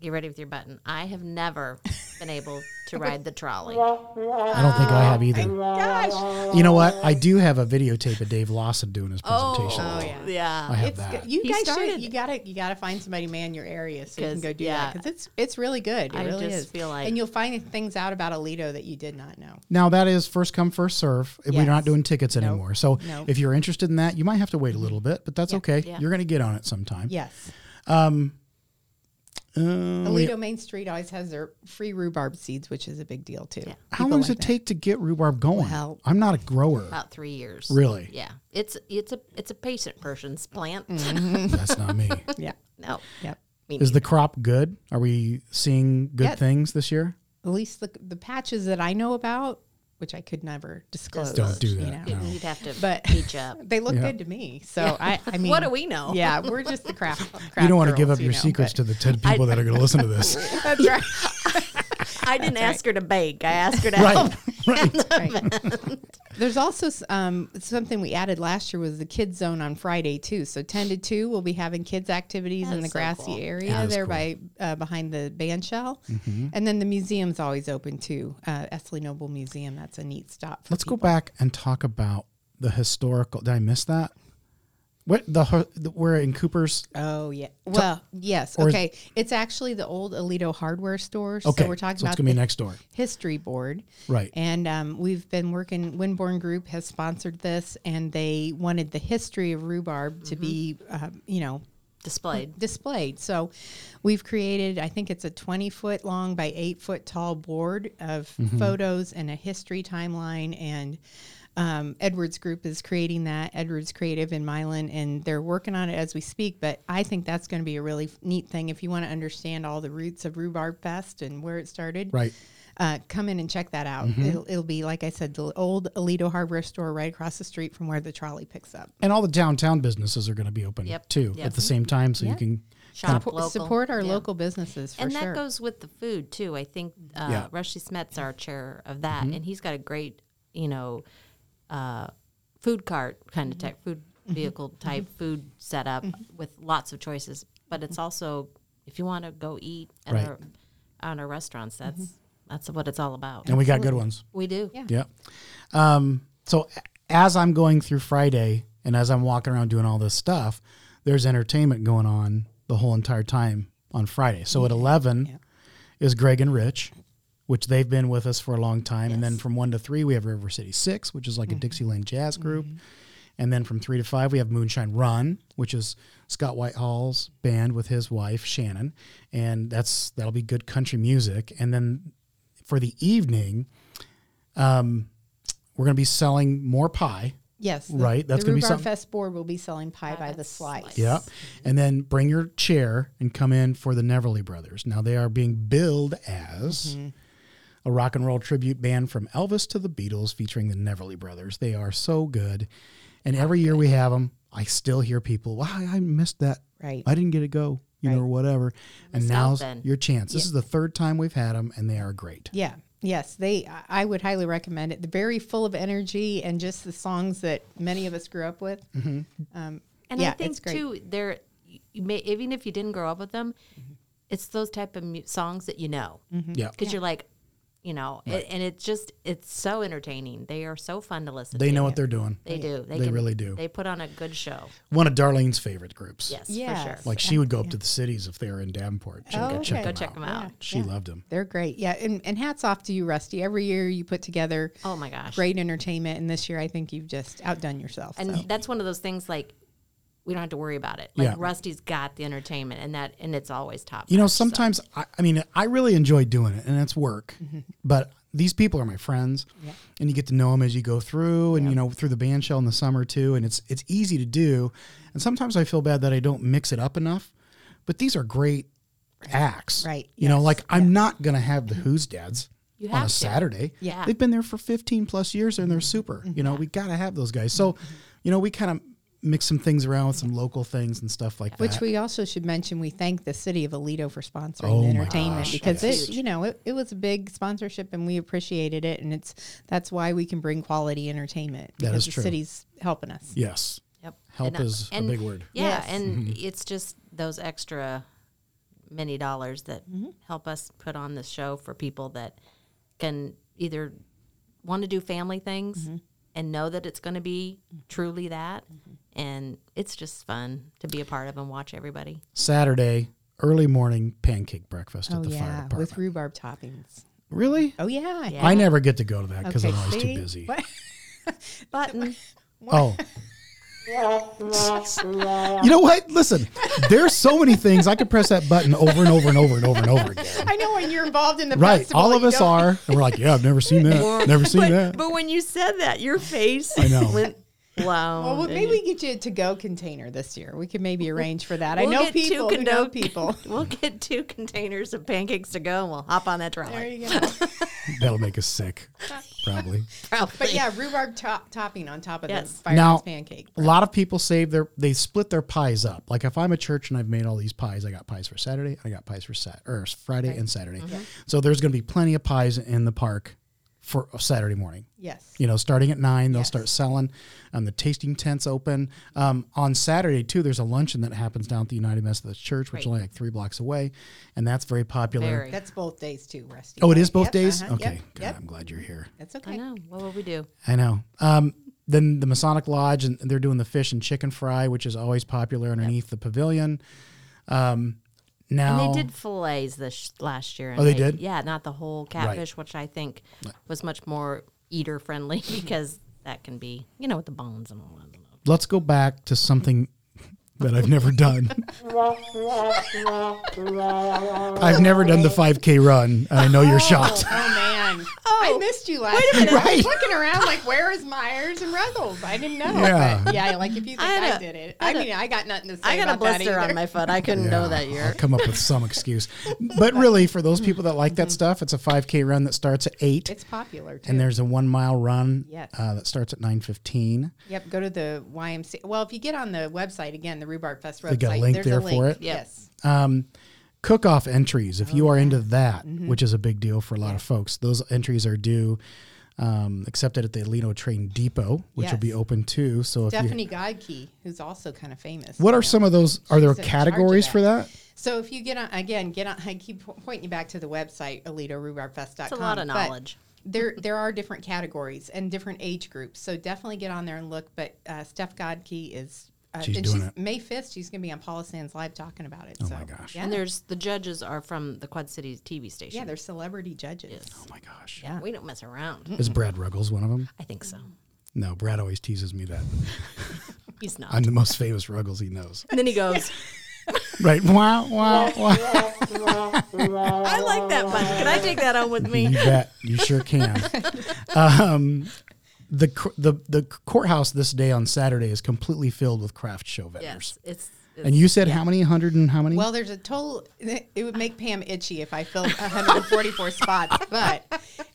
S2: get ready with your button. I have never been able to ride the trolley.
S3: Oh,
S1: I don't think I have either.
S3: Gosh,
S1: You know what? I do have a videotape of Dave Lawson doing his presentation.
S2: Oh,
S3: yeah.
S1: I
S2: yeah.
S1: have
S3: it's
S1: that.
S3: good. you
S2: He
S3: guys
S2: started-
S3: should you gotta you gotta find somebody man your area so you can
S2: 'Cause,
S3: go do
S2: yeah.
S3: that because it's it's really good. It
S2: I
S3: really
S2: just
S3: is.
S2: feel like-
S3: and you'll find things out about Alito that you did not know.
S1: Now that is first come first serve. We're
S3: Yes.
S1: not doing tickets anymore. So
S3: Nope.
S1: if you're interested in that, you might have to wait a little bit, but that's okay.
S2: Yeah.
S1: You're going to get on it sometime.
S3: Yes,
S1: Um, Uh, we-
S3: Alito Main Street always has their free rhubarb seeds, which is a big deal too.
S1: how
S3: People
S1: long does
S3: like
S1: it take to get rhubarb going?
S3: Well-
S1: I'm not a grower.
S2: About three years.
S1: Really?
S2: Yeah. It's it's a it's a patient person's plant.
S3: Mm-hmm.
S1: that's not me.
S3: that. Yeah,
S2: no.
S3: yep.
S2: Me
S1: Is the crop good? Are we seeing good
S3: Yes.
S1: things this year?
S3: At least the the patches that I know about, which I could never disclose.
S1: Don't do
S3: you
S1: that,
S3: know.
S1: no.
S2: You'd have to
S3: But-
S2: teach up.
S3: They look good to me, so I, I mean,
S2: What do we know?
S3: Yeah, we're just the craft.
S1: You don't want to give
S3: girls,
S1: up
S3: you
S1: your
S3: know,
S1: secrets
S3: but-
S1: to the 10 people that are going to listen to this.
S3: That's right.
S2: I didn't ask her to bake. I asked her to help.
S1: right. Right.
S3: Right. There's also s- um, something we added last year was the kids zone on Friday too. So ten to two, we'll be having kids activities
S2: That
S3: in the
S2: is so
S3: grassy
S2: cool.
S3: area
S1: That is
S3: there
S1: cool. Mm-hmm.
S3: by uh, behind the band shell, and then the museum's always open too. Uh, Esley Noble Museum. That's a neat stop. For
S1: Let's go back and talk about the historical. Did I miss that? What the, hu- the we're in Cooper's
S3: Oh yeah. Well, yes.
S1: or is-
S3: Okay. It's actually the old Alito hardware store.
S1: Okay.
S3: So we're talking
S1: so
S3: about
S1: it's gonna be
S3: the
S1: next door.
S3: history board.
S1: Right.
S3: And um, we've been working. Winborn Group has sponsored this, and they wanted the history of rhubarb
S1: Mm-hmm.
S3: to be, um, you know,
S2: Displayed.
S3: displayed. So we've created, I think it's a 20 foot long by eight foot tall board of photos and a history timeline. And um, Edwards Group is creating that, Edwards Creative in Milan, and they're working on it as we speak. But I think that's going to be a really f- neat thing if you want to understand all the roots of Rhubarb Fest and where it started.
S1: Right.
S3: Uh, come in and check that out. It'll, it'll be, like I said, the old Alito hardware store right across the street from where the trolley picks up.
S1: And all the downtown businesses are going to be open
S2: Yep.
S1: too
S2: Yep.
S1: at the same time, so
S3: Yeah.
S1: you can
S2: Shop
S3: Suppo-
S2: local.
S3: Support our
S2: Yeah.
S3: local businesses for
S2: and
S3: sure.
S2: that goes with the food too. I think uh,
S1: Yeah. Mm-hmm.
S2: Rushdie Smets our chair of that, and he's got a great, you know, uh, food cart kind
S3: Mm-hmm.
S2: of type food vehicle type food setup with lots of choices. But
S3: Mm-hmm.
S2: it's also if you want to go eat at
S1: Right.
S2: our, on our restaurants, that's that's what it's all about.
S1: and we got good ones.
S2: We do.
S3: Mm-hmm. Yeah.
S1: Yeah. Um, so a- as I'm going through Friday and as I'm walking around doing all this stuff, there's entertainment going on the whole entire time on Friday. So at 11
S3: Yeah.
S1: is Greg and Rich, which they've been with us for a long time. And then from 1 to 3, we have River City 6, which is like
S3: Mm-hmm.
S1: a Dixieland jazz group. And then from 3 to 5, we have Moonshine Run, which is Scott Whitehall's band with his wife, Shannon. And that's that'll be good country music. And then for the evening, we're going to be selling more pie.
S3: yes, the-
S1: Right, that's
S3: the
S1: gonna be
S3: Rhubarb
S1: something-
S3: Fest board will be selling pie by the
S2: that's
S3: slice.
S2: slice.
S1: Yep. And then bring your chair and come in for the Neverly Brothers. Now they are being billed as a rock and roll tribute band from Elvis to the Beatles featuring the Neverly Brothers. They are so good. And every year we have them, I still hear people, wow, I missed that.
S3: Right.
S1: I didn't get to go, you know, or whatever. And
S2: missed out
S1: now's
S2: then.
S1: your chance. This is the third time we've had them and they are great.
S3: Yeah. Yes, they. I- I would highly recommend it. They're very full of energy and just the songs that many of us grew up with.
S1: Mm-hmm.
S3: Um,
S2: And
S3: yeah,
S2: I think
S3: it's great.
S2: too, there, you may, even if you didn't grow up with them,
S1: Mm-hmm.
S2: it's those type of mu- songs that you know because
S3: Mm-hmm.
S1: Yeah.
S2: you're like, you know, it, and it's just it's so entertaining. They are so fun to listen.
S1: They
S2: to.
S1: know what they're doing.
S2: They do.
S1: They really do.
S2: They put on a good show.
S1: One of Darlene's favorite groups.
S2: Yes,
S3: Yes.
S2: for sure.
S1: Like she would go up to the cities if they were in Davenport. She'd
S3: Oh,
S1: go check
S3: okay.
S2: Go
S1: them
S2: check
S1: out.
S2: them out.
S1: She loved them.
S3: They're great. Yeah, and, and hats off to you, Rusty. Every year you put together
S2: Oh my gosh.
S3: great entertainment, and this year I think you've just outdone yourself.
S2: And
S3: so.
S2: that's one of those things like we don't have to worry about it. Like
S1: Yeah.
S2: Rusty's got the entertainment, and that and it's always top.
S1: You know,
S2: notch, so-
S1: sometimes I, I mean, I really enjoy doing it, and it's work. But these people are my friends, and you get to know them as you go through, and you know, through the band shell in the summer too. And it's it's easy to do. And sometimes I feel bad that I don't mix it up enough. But these are great acts,
S3: Right,
S1: You know,
S3: yes,
S1: like I'm not gonna have the Who's Dads.
S2: You
S1: on
S2: have
S1: a
S2: to.
S1: Saturday,
S2: Yeah.
S1: they've been there for 15 plus years, and they're super. You know, we gotta have those guys. So, you know, we kind of mix some things around with some local things and stuff like that.
S3: Which we also should mention, we thank the city of Alito for sponsoring
S1: Oh
S3: the
S1: my
S3: entertainment
S1: gosh,
S3: because
S2: yes.
S3: it, you know, it, it was a big sponsorship and we appreciated it, and it's that's why we can bring quality entertainment because
S1: is
S3: the
S1: true.
S3: city's helping us.
S1: yes.
S2: Yep.
S1: Help
S2: uh,
S1: is a big word.
S2: Yeah,
S3: Yes.
S2: and
S3: Mm-hmm.
S2: it's just those extra many dollars that help us put on this show for people that can either want to do family things and know that it's going to be truly that, and it's just fun to be a part of and watch everybody.
S1: Saturday, early morning pancake breakfast at
S3: Oh
S1: the fire
S3: yeah,
S1: department.
S3: with rhubarb toppings.
S1: really?
S3: Oh yeah,
S2: Yeah.
S1: I never get to go to that because
S3: Okay,
S1: I'm always
S3: see?
S1: too busy.
S3: What?
S2: Button.
S1: Oh. you know what? Listen, there's so many things I could press that button over and over and over and over and over again.
S3: I know when you're involved in the
S1: Right.
S3: festival,
S1: All of
S3: you
S1: us
S3: don't-
S1: are. And we're like, yeah, I've never seen that. Never seen that.
S2: But when you said that, your face
S1: I know.
S2: went wow.
S3: Well, maybe we get you a to-go container this year. We could maybe arrange for that.
S2: We'll
S3: I know
S2: get two
S3: people. Who know
S2: condo-
S3: people.
S2: We'll get two containers of pancakes to go, and we'll hop on that trolley.
S3: There you go.
S1: That'll make us sick, probably.
S2: Probably.
S3: But yeah, rhubarb top, topping on top of
S2: Yes.
S3: the fireman's
S1: Now,
S3: pancake.
S1: a lot of people save their they split their pies up. Like if I'm a church and I've made all these pies, I got pies for Saturday, I got pies for Sat or Friday and Saturday.
S3: Uh-huh.
S1: So there's going to be plenty of pies in the park for Saturday morning.
S3: Yes.
S1: You know, starting at nine, they'll
S3: Yes.
S1: start selling. Um, the tasting tents open um, on Saturday too. There's a luncheon that happens down at the United Methodist Church, which is
S2: Right.
S1: only like three blocks away, and that's very popular.
S2: Very.
S3: That's both days too, Rusty.
S1: Oh, it is both
S3: Yep,
S1: days.
S3: uh-huh,
S1: okay,
S3: Yep.
S1: God,
S3: yep.
S1: I'm glad you're here.
S3: That's
S2: I
S3: okay.
S2: know. What will we do?
S1: I know. Um, then the Masonic Lodge, and they're doing the fish and chicken fry, which is always popular underneath the pavilion. Um, now,
S2: And they did fillets this last year. And
S1: Oh, they did?
S2: Yeah, not the whole catfish, which I think was much more eater friendly because that can be, you know, with the bones and all that.
S1: let's go back to something that I've never done. I've never done the 5K run. and I know you're shocked.
S3: Oh man. I missed you last Wait a minute. I was looking around like, where is Myers and Ruggles? I didn't know.
S1: Yeah.
S3: But yeah, like if you think
S2: I
S3: I,
S2: had a-
S3: did it.
S2: I
S3: I
S2: had a-
S3: mean, I got nothing to say
S2: I got a
S3: about that
S2: blister
S3: either.
S2: on my foot. I couldn't know that year.
S1: I'll come up with some excuse. But really, for those people that like
S2: Mm-hmm.
S1: that stuff, it's a 5K run that starts at 8.
S3: It's popular, too.
S1: and there's a one mile run
S3: Yes.
S1: uh, that starts at 9.15
S3: Yep, go to the YMCA. Well, if you get on the website again, the Rhubarb Fest website,
S1: They got a link
S3: there's
S1: there
S3: a link.
S1: for it?
S2: Yep.
S3: Yes.
S1: cook off entries if you are into that
S3: Mm-hmm.
S1: which is a big deal for a lot of folks those entries are due um, accepted at the Alino Train Depot, which will be
S3: Yes.
S1: open too. So, if you,
S3: Stephanie Godkey, who's also kind of famous.
S1: what are some of those? Are there
S3: She's in charge of
S1: categories for that?
S3: So if you get on again, get on. I keep po- pointing you back to the website AlitoRhubarbFest.com.
S2: It's a lot of
S3: but
S2: knowledge.
S3: There, there are different categories and different age groups. So definitely get on there and look. But uh, Steph Godkey is. Uh,
S1: She's
S3: and
S1: doing
S3: she's,
S1: it.
S3: May fifth, she's going to be on Paula Sands Live talking about it.
S1: Oh
S3: so.
S1: my gosh.
S3: Yeah,
S2: And there's the judges are from the Quad Cities TV station.
S3: yeah, they're celebrity judges.
S1: Oh my gosh!
S3: Yeah.
S2: we don't mess around.
S1: Is Brad Ruggles one of them?
S2: I think so.
S1: No, Brad always teases me that
S2: He's not.
S1: I'm the most famous Ruggles he knows.
S2: and then he goes,
S1: Right? Wow! Wow! Wow!
S2: I like that button. Can I take that on with
S1: You
S2: me?
S1: bet. You sure can. um, the cr- the the courthouse this day on Saturday is completely filled with craft show vendors.
S2: Yes. It's, it's
S1: And you said how many? Hundred and how many?
S3: Well, there's a total. It would make Pam itchy if I filled 144 spots, but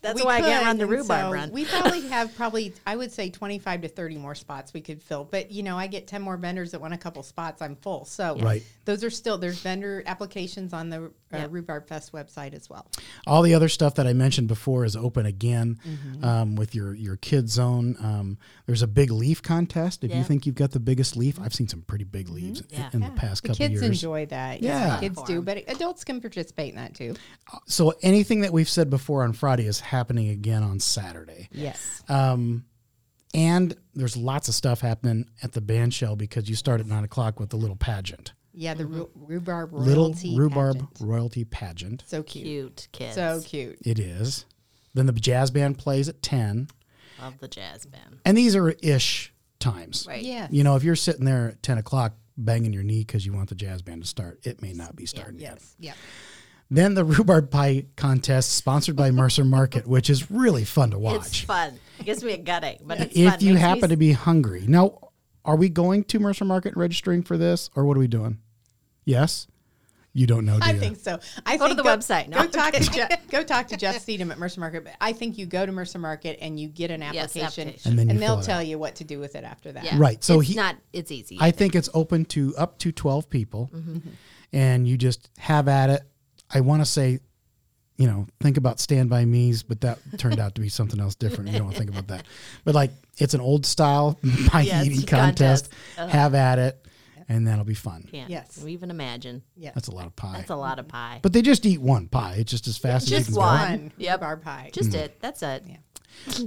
S2: That's
S3: we
S2: why I can't
S3: could,
S2: run the
S3: and
S2: rhubarb
S3: so
S2: run.
S3: We probably have probably I would say 25 to 30 more spots we could fill, but you know I get 10 more vendors that want a couple spots, I'm full. So
S1: Right.
S3: those are still there's vendor applications on the uh,
S2: Yeah.
S3: Rhubarb Fest website as well.
S1: all the other stuff that I mentioned before is open again
S3: Mm-hmm.
S1: um, with your your kids zone. Um, there's a big leaf contest. If you
S2: Yeah.
S1: think you've got the biggest leaf, I've seen some pretty big leaves i-
S2: Yeah.
S1: in the past
S3: Mm-hmm. The
S1: couple
S3: kids
S1: years.
S3: enjoy that.
S1: Yeah.
S3: kids do, but adults can participate in that too.
S1: so anything that we've said before on Friday is happening again on Saturday.
S3: Yes.
S1: Uh, And there's lots of stuff happening at the band shell because you start at nine o'clock with the little pageant,
S3: yeah, the Rhu- Rhubarb
S1: mm-hmm. little
S3: royalty
S1: rhubarb
S3: pageant.
S1: royalty pageant.
S3: So cute.
S2: cute kids.
S3: So cute.
S1: It is. Then the jazz band plays at ten,
S2: Love the jazz band.
S1: and these are ish times.
S2: Right.
S3: Yeah.
S1: You know, if you're sitting there at 10 o'clock banging your knee because you want the jazz band to start, it may not be starting yet.
S3: Yes. Yeah.
S1: Then the rhubarb pie contest, sponsored by Mercer Market, which is really fun to
S2: It's
S1: watch.
S2: fun. It gives me a gutting, but it's fun.
S1: If you
S2: Makes me
S1: happen to be hungry. Now, are we going to Mercer Market and registering for this, or what are we doing? Yes? You don't know, do
S3: I
S1: you?
S3: think so. I
S2: Go to
S3: think
S2: the website. No,
S3: go
S2: I'm
S3: talk to Jeff, go talk to Jeff Seedham at Mercer Market. But I think you go to Mercer Market and you get an
S2: Yes,
S3: application,
S2: application.
S1: And then you fill
S3: they'll
S1: it
S3: tell you what to do with it after that.
S2: Yeah.
S1: Right, so
S2: it's
S1: he-
S2: not. It's easy.
S1: I think it's open to up to 12 people, and you just have at it. I want to say, you know, think about Stand By Me's, but that turned out to be something else different. You don't want to think about that. But like, it's an old style pie
S2: Yes,
S1: eating contest.
S2: contest. Uh-huh. Ugh.
S1: Have at it, and that'll be fun.
S2: Can't
S3: Yes.
S2: even imagine.
S3: Yeah.
S1: That's a lot of pie.
S2: That's a lot of pie.
S1: but they just eat one pie. It's just as fast as
S2: Just
S1: you can
S2: one.
S1: go.
S3: Fun.
S2: Yep.
S3: Rhubarb pie.
S2: Just
S1: Mm.
S2: it. That's it.
S3: Yeah.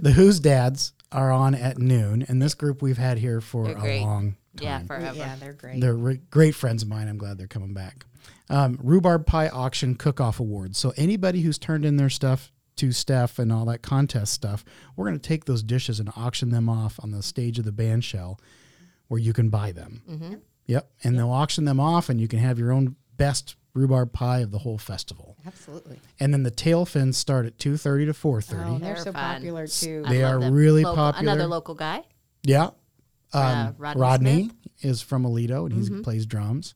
S1: The Who's Dads are on at noon, and this group we've had here for
S2: They're
S1: a
S2: great.
S1: long
S2: Yeah, forever.
S3: Yeah, they're great.
S1: They're re- great friends of mine. I'm glad they're coming back. Um, Rhubarb Pie Auction Cook-Off Awards. So anybody who's turned in their stuff to Steph and all that contest stuff, we're going to take those dishes and auction them off on the stage of the band shell, where you can buy them. Yep, and they'll auction them off, and you can have your own best rhubarb pie of the whole festival.
S3: Absolutely.
S1: And then the tail fins start at two thirty to four thirty.
S3: Oh, they're,
S2: They're
S3: so
S2: fun.
S3: popular too.
S1: They
S2: Love
S1: are
S2: them.
S1: really
S2: Local-
S1: popular.
S2: Another local guy.
S1: Yeah.
S2: Uh,
S1: Um, Rodney,
S2: Rodney
S1: is from Alito and
S3: Mm-hmm.
S1: he plays drums.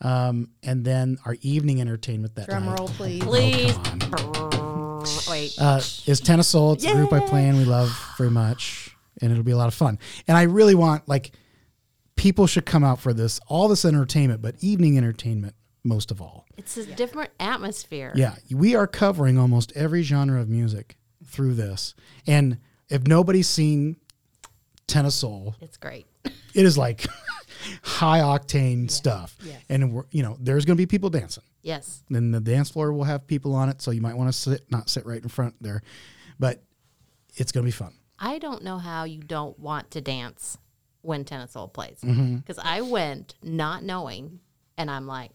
S1: Um, and then our evening entertainment that
S3: Drum
S1: night
S3: roll, please.
S2: Please.
S1: Oh, come
S2: Brrr. Wait.
S1: uh, is Tennis Soul. It's a group I play in. We love very much. And it'll be a lot of fun. And I really want, like, people should come out for this, all this entertainment, but evening entertainment most of all.
S2: It's a different atmosphere.
S1: Yeah, we are covering almost every genre of music through this. And if nobody's seen Tennis Soul,
S2: It's great.
S1: it is like high octane stuff. And we're, you know, there's going to be people dancing.
S2: Yes.
S1: Then the dance floor will have people on it, so you might want to sit, not sit right in front there, but it's going to be fun.
S2: I don't know how you don't want to dance when Tennis Soul plays. Because
S1: Mm-hmm.
S2: I went not knowing, and I'm like,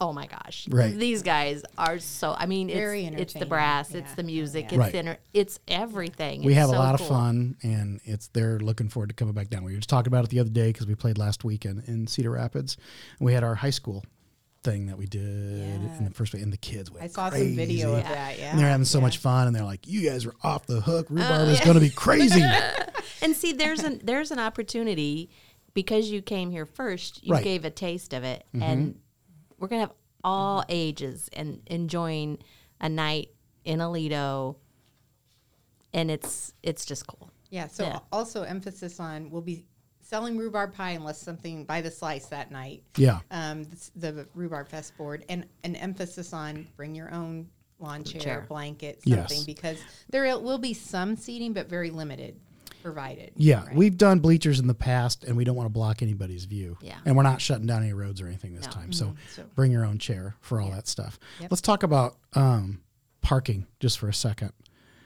S2: oh my gosh.
S1: Right.
S2: These guys are so, I mean, it's,
S3: Very
S2: it's the
S3: entertaining.
S2: brass,
S3: Yeah.
S2: it's the music,
S1: Right.
S2: it's, the inter- it's everything.
S1: We
S2: It's
S1: have
S2: so
S1: a lot
S2: cool.
S1: of fun, and it's they're looking forward to coming back down. We were just talking about it the other day because we played last weekend in Cedar Rapids. We had our high school thing that we did
S3: Yeah.
S1: in the first way, and the kids went.
S3: I saw some
S1: crazy.
S3: video of
S2: Yeah.
S3: that. Yeah. Oh,
S1: And they're having so much fun, and they're like, "You guys are off the hook. Rhubarb is going to be crazy."
S2: And see, there's an there's an opportunity because you came here first. You
S1: Right.
S2: gave a taste of it, and we're gonna have all ages and enjoying a night in Alito, and it's it's just cool.
S3: Yeah. So
S2: Yeah.
S3: also emphasis on we'll be selling rhubarb pie unless something by the slice that night.
S1: yeah,
S3: Um, the, the rhubarb fest board and an emphasis on bring your own lawn chair,
S2: Chair.
S3: blanket, something
S1: Yes.
S3: because there will be some seating but very limited provided.
S1: yeah.
S3: Right.
S1: We've done bleachers in the past, and we don't want to block anybody's view.
S2: Yeah.
S1: and we're not shutting down any roads or anything this time. So,
S3: So-
S1: bring your own chair for all that stuff. Let's talk about um, parking just for a second,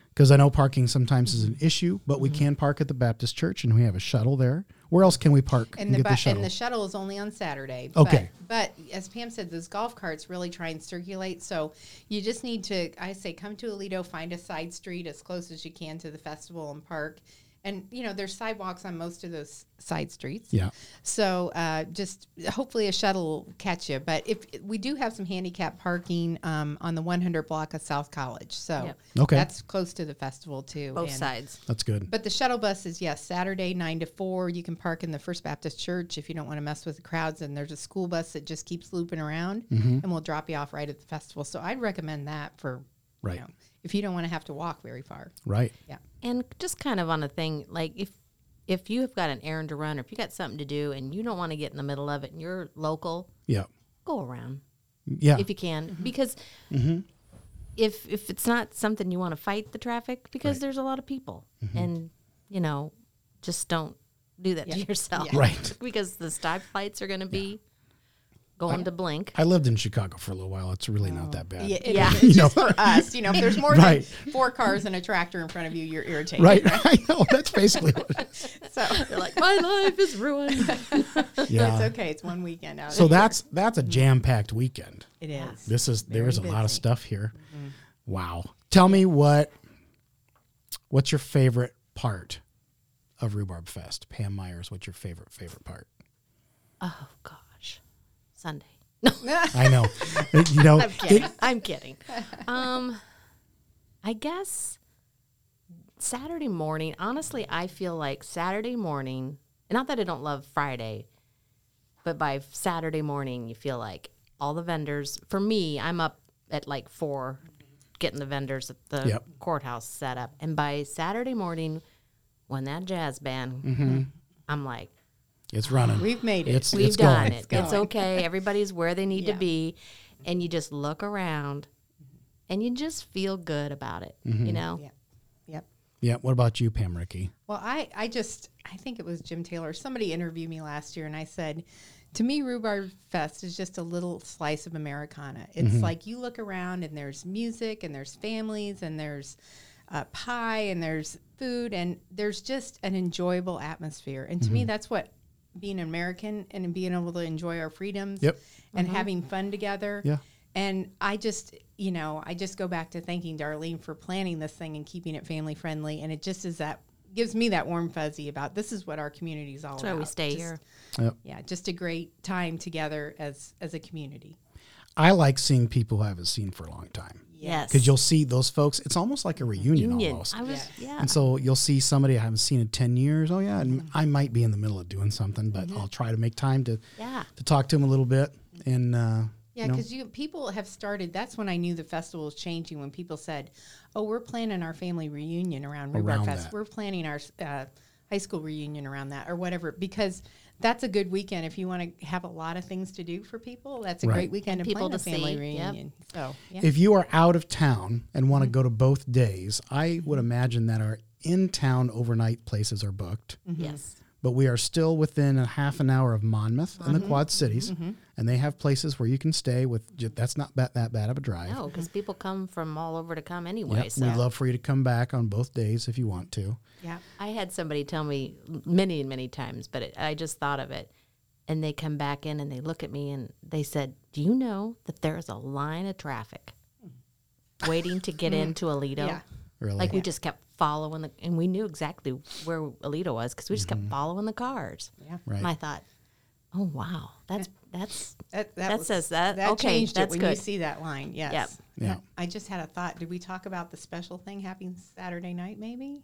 S1: because I know parking sometimes is an
S3: Mm-hmm.
S1: issue, but we can park at the Baptist church, and we have a shuttle there. Where else can we park and,
S3: and the,
S1: get
S3: bu-
S1: the shuttle?
S3: and the shuttle is only on Saturday.
S1: Okay.
S3: But, but as Pam said, those golf carts really try and circulate. So you just need to, I say, come to Alito, find a side street as close as you can to the festival and park. And you know, there's sidewalks on most of those side streets.
S1: yeah,
S3: So uh, just hopefully a shuttle will catch you. But if we do have some handicap parking um, on the 100 block of South College, so
S2: Yep.
S1: Okay.
S3: that's close to the festival too.
S2: Both
S3: and-
S2: sides.
S1: that's good.
S3: but the shuttle bus is yes, Saturday nine to four. You can park in the First Baptist Church if you don't want to mess with the crowds. And there's a school bus that just keeps looping around,
S1: Mm-hmm.
S3: and we'll drop you off right at the festival. So I'd recommend that for you
S1: Right.
S3: know, if you don't want to have to walk very far.
S1: right.
S3: Yeah,
S2: And just kind of on a thing like if if you have got an errand to run or if you got something to do and you don't want to get in the middle of it and you're local,
S1: Yeah.
S2: go around.
S1: Yeah.
S2: if you can because Mm-hmm. if if it's not something you want to fight the traffic because there's a lot of people and you know just don't do that to yourself
S3: Yeah.
S1: Right.
S2: because the stop lights are going to be going to blink
S1: I lived in Chicago for a little while. It's really not that bad.
S3: Oh. yeah. it-
S2: Yeah.
S3: it's just for us, you know, if there's more
S1: Right.
S3: than four cars and a tractor in front of you, you're irritated.
S1: Right. I know. That's basically what it is.
S3: So
S2: they're like my life is ruined
S1: Yeah.
S3: it's okay. It's one weekend out.
S1: So that's that's a jam packed weekend.
S3: it is.
S1: This is there
S3: Very
S1: is a lot of
S3: busy. Mm-hmm.
S1: stuff here. Wow. Tell me what what's your favorite part of Rhubarb Fest? Pam Myers, what's your favorite favorite part?
S2: oh gosh sunday
S1: I know. you know
S3: I'm kidding.
S1: it-
S2: i'm kidding um i guess saturday morning honestly i feel like saturday morning not that i don't love friday but by Saturday morning, you feel like all the vendors. For me, I'm up at like four, getting the vendors at the
S1: Yep.
S2: courthouse set up, and by Saturday morning, when that jazz band, I'm like,
S1: it's running.
S3: We've made it.
S1: It's
S2: we've
S1: it's
S2: done
S1: going.
S2: it. It's okay. Everybody's where they need to be, and you just look around, and you just feel good about it.
S1: Mm-hmm.
S2: You know,
S3: yep. Yep.
S1: Yeah. What about you, Pam Ricky?
S3: Well, I, I just, I think it was Jim Taylor. Somebody interviewed me last year, and I said, to me, Rhubarb Fest is just a little slice of Americana. It's
S1: Mm-hmm.
S3: like you look around, and there's music, and there's families, and there's uh, pie, and there's food, and there's just an enjoyable atmosphere. And to me,
S1: Mm-hmm.
S3: that's what being American and being able to enjoy our freedoms
S1: Yep.
S3: and
S2: Mm-hmm.
S3: having fun together.
S1: Yeah.
S3: And I just, you know, I just go back to thanking Darlene for planning this thing and keeping it family friendly. And it just is that gives me that warm fuzzy about this is what our community is all
S2: that's
S3: about.
S2: why we stay
S3: Just-
S2: here.
S1: Yep.
S3: Yeah, just a great time together as as a community.
S1: I like seeing people I haven't seen for a long time.
S2: Yes,
S1: Because you'll see those folks. It's almost like a reunion,
S2: Union.
S1: almost.
S2: I was yeah.
S1: And so you'll see somebody I haven't seen in 10 years. Oh, yeah. And
S3: Mm-hmm.
S1: I might be in the middle of doing something, but I'll try to make time to
S2: Yeah.
S1: to talk to them a little bit. And uh,
S3: Yeah, because you people have started. That's when I knew the festival was changing. When people said, "Oh, we're planning our family reunion around Rhubarb
S1: Around
S3: Fest.
S1: that.
S3: We're planning our uh, high school reunion around that, or whatever," because that's a good weekend if you want to have a lot of things to do for people. That's a
S1: Right.
S3: great weekend
S2: And
S3: to
S2: people
S3: plan a
S2: to
S3: family
S2: see, yep.
S3: reunion. So, yeah. Mm-hmm.
S1: if you are out of town and want to go to both days, I would imagine that our in town overnight places are booked,
S3: Mm-hmm.
S2: yes.
S1: but we are still within a half an hour of Monmouth and the
S3: Mm-hmm.
S1: Quad Cities. And they have places where you can stay with ju- that's not that, that bad of a drive.
S3: Oh,
S2: No, because people come from all over to come anyway.
S1: Yep,
S2: so
S1: We'd love for you to come back on both days if you want to.
S3: yeah.
S2: I had somebody tell me many and many times, but it, I just thought of it. And they come back in and they look at me and they said, Do you know that there is a line of traffic waiting to get into Alito?
S3: Mm. Yeah.
S1: Really?
S2: Like we just kept following the, Mm-hmm. and we knew exactly where Alito was because we just kept following the cars.
S3: Yeah.
S1: Right.
S2: And I thought, Oh wow, that's that's
S3: That,
S2: That says that? Okay,
S3: changed
S2: that's
S3: it when you
S2: good.
S3: see that line. Yes.
S2: Yep.
S1: Yeah.
S3: I just had a thought. Did we talk about the special thing happening Saturday night? Maybe.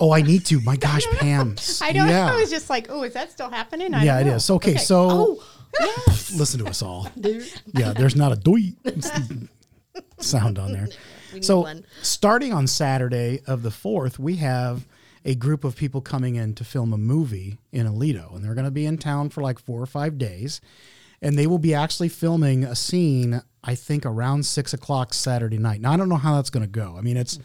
S1: Oh, I need to. My gosh, Pam.
S3: I don't
S1: yeah.
S3: know. I was just like, oh, is that still happening? I
S1: yeah,
S3: don't
S1: it
S3: know.
S1: is. Okay, so
S2: Oh,
S1: listen to us all. yeah, there's not a doy sound on there.
S2: We need
S1: so
S2: one.
S1: starting on Saturday of the fourth, we have a group of people coming in to film a movie in Alito, and they're going to be in town for like four or five days, and they will be actually filming a scene. I think around six o'clock Saturday night. Now I don't know how that's going to go. I mean, it's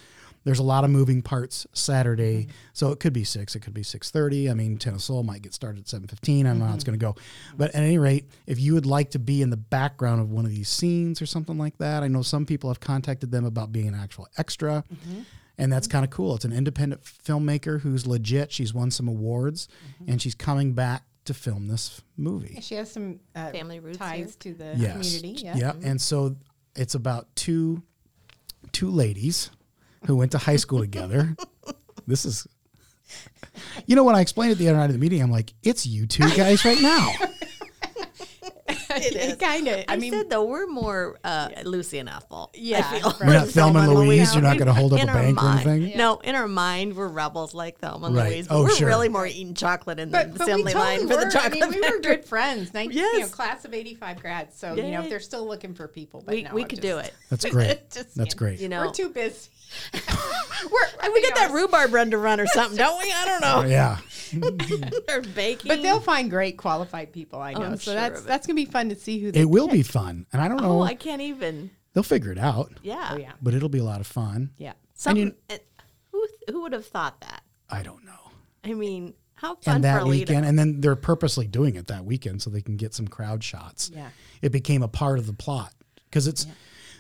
S1: there's a lot of moving parts Saturday, so it could be six, it could be six thirty. I mean, Tennis Soul might get started at seven fifteen. I don't know how it's going to go, but at any rate, if you would like to be in the background of one of these scenes or something like that, I know some people have contacted them about being an actual extra, and that's kind of cool. It's an independent filmmaker who's legit. She's won some awards, and she's coming back to film this movie.
S3: She has some uh,
S2: Family roots
S3: ties to the
S2: uh,
S1: Yes,
S3: community.
S1: yeah,
S2: Mm-hmm.
S1: and so it's about two two ladies who went to high school together. This is, you know, when I explained it the other night at the meeting, I'm like, it's you two guys right now.
S3: it, kind of.
S2: I,
S3: I mean,
S2: said though we're more uh, loosey and Ethel.
S3: Yeah,
S2: I feel.
S3: right.
S1: We're not Thelma and Louise. You're not going to hold up a
S2: In our
S1: bank or
S2: mind,
S1: anything.
S2: no. In our mind, we're rebels like Thelma and
S1: Right.
S2: Louise, but
S1: Oh,
S2: we're
S1: sure.
S2: really more eating chocolate in the assembly line for the
S3: were.
S2: chocolate.
S3: I mean, we were
S2: factory.
S3: good friends. 19, you know,
S2: Yes.
S3: class of '85 grads. So you know,
S2: Yay.
S3: they're still looking for people. But
S2: we,
S3: no,
S2: we
S3: I'm
S2: could
S3: just-
S2: do it.
S1: That's great.
S3: just-
S1: That's great.
S2: You know,
S3: We're too busy. we're,
S2: And we get that rhubarb run to run or something, don't we? I don't know.
S1: Yeah.
S2: Or baking.
S3: But they'll find great qualified people. I know.
S2: Oh, I'm
S3: so
S2: sure
S3: that's
S2: of it.
S3: that's gonna be fun to see who they.
S1: It will be fun. And I don't know.
S2: oh, I can't even.
S1: They'll figure it out,
S2: Yeah.
S3: Oh, yeah.
S1: but it'll be a lot of fun.
S3: Yeah.
S2: Some,
S1: you-
S2: it- who who would have thought that?
S1: I don't know.
S2: I mean, how fun
S1: And that
S2: for Alita.
S1: weekend, and then they're purposely doing it that weekend so they can get some crowd shots.
S3: Yeah.
S1: It became a part of the plot because it's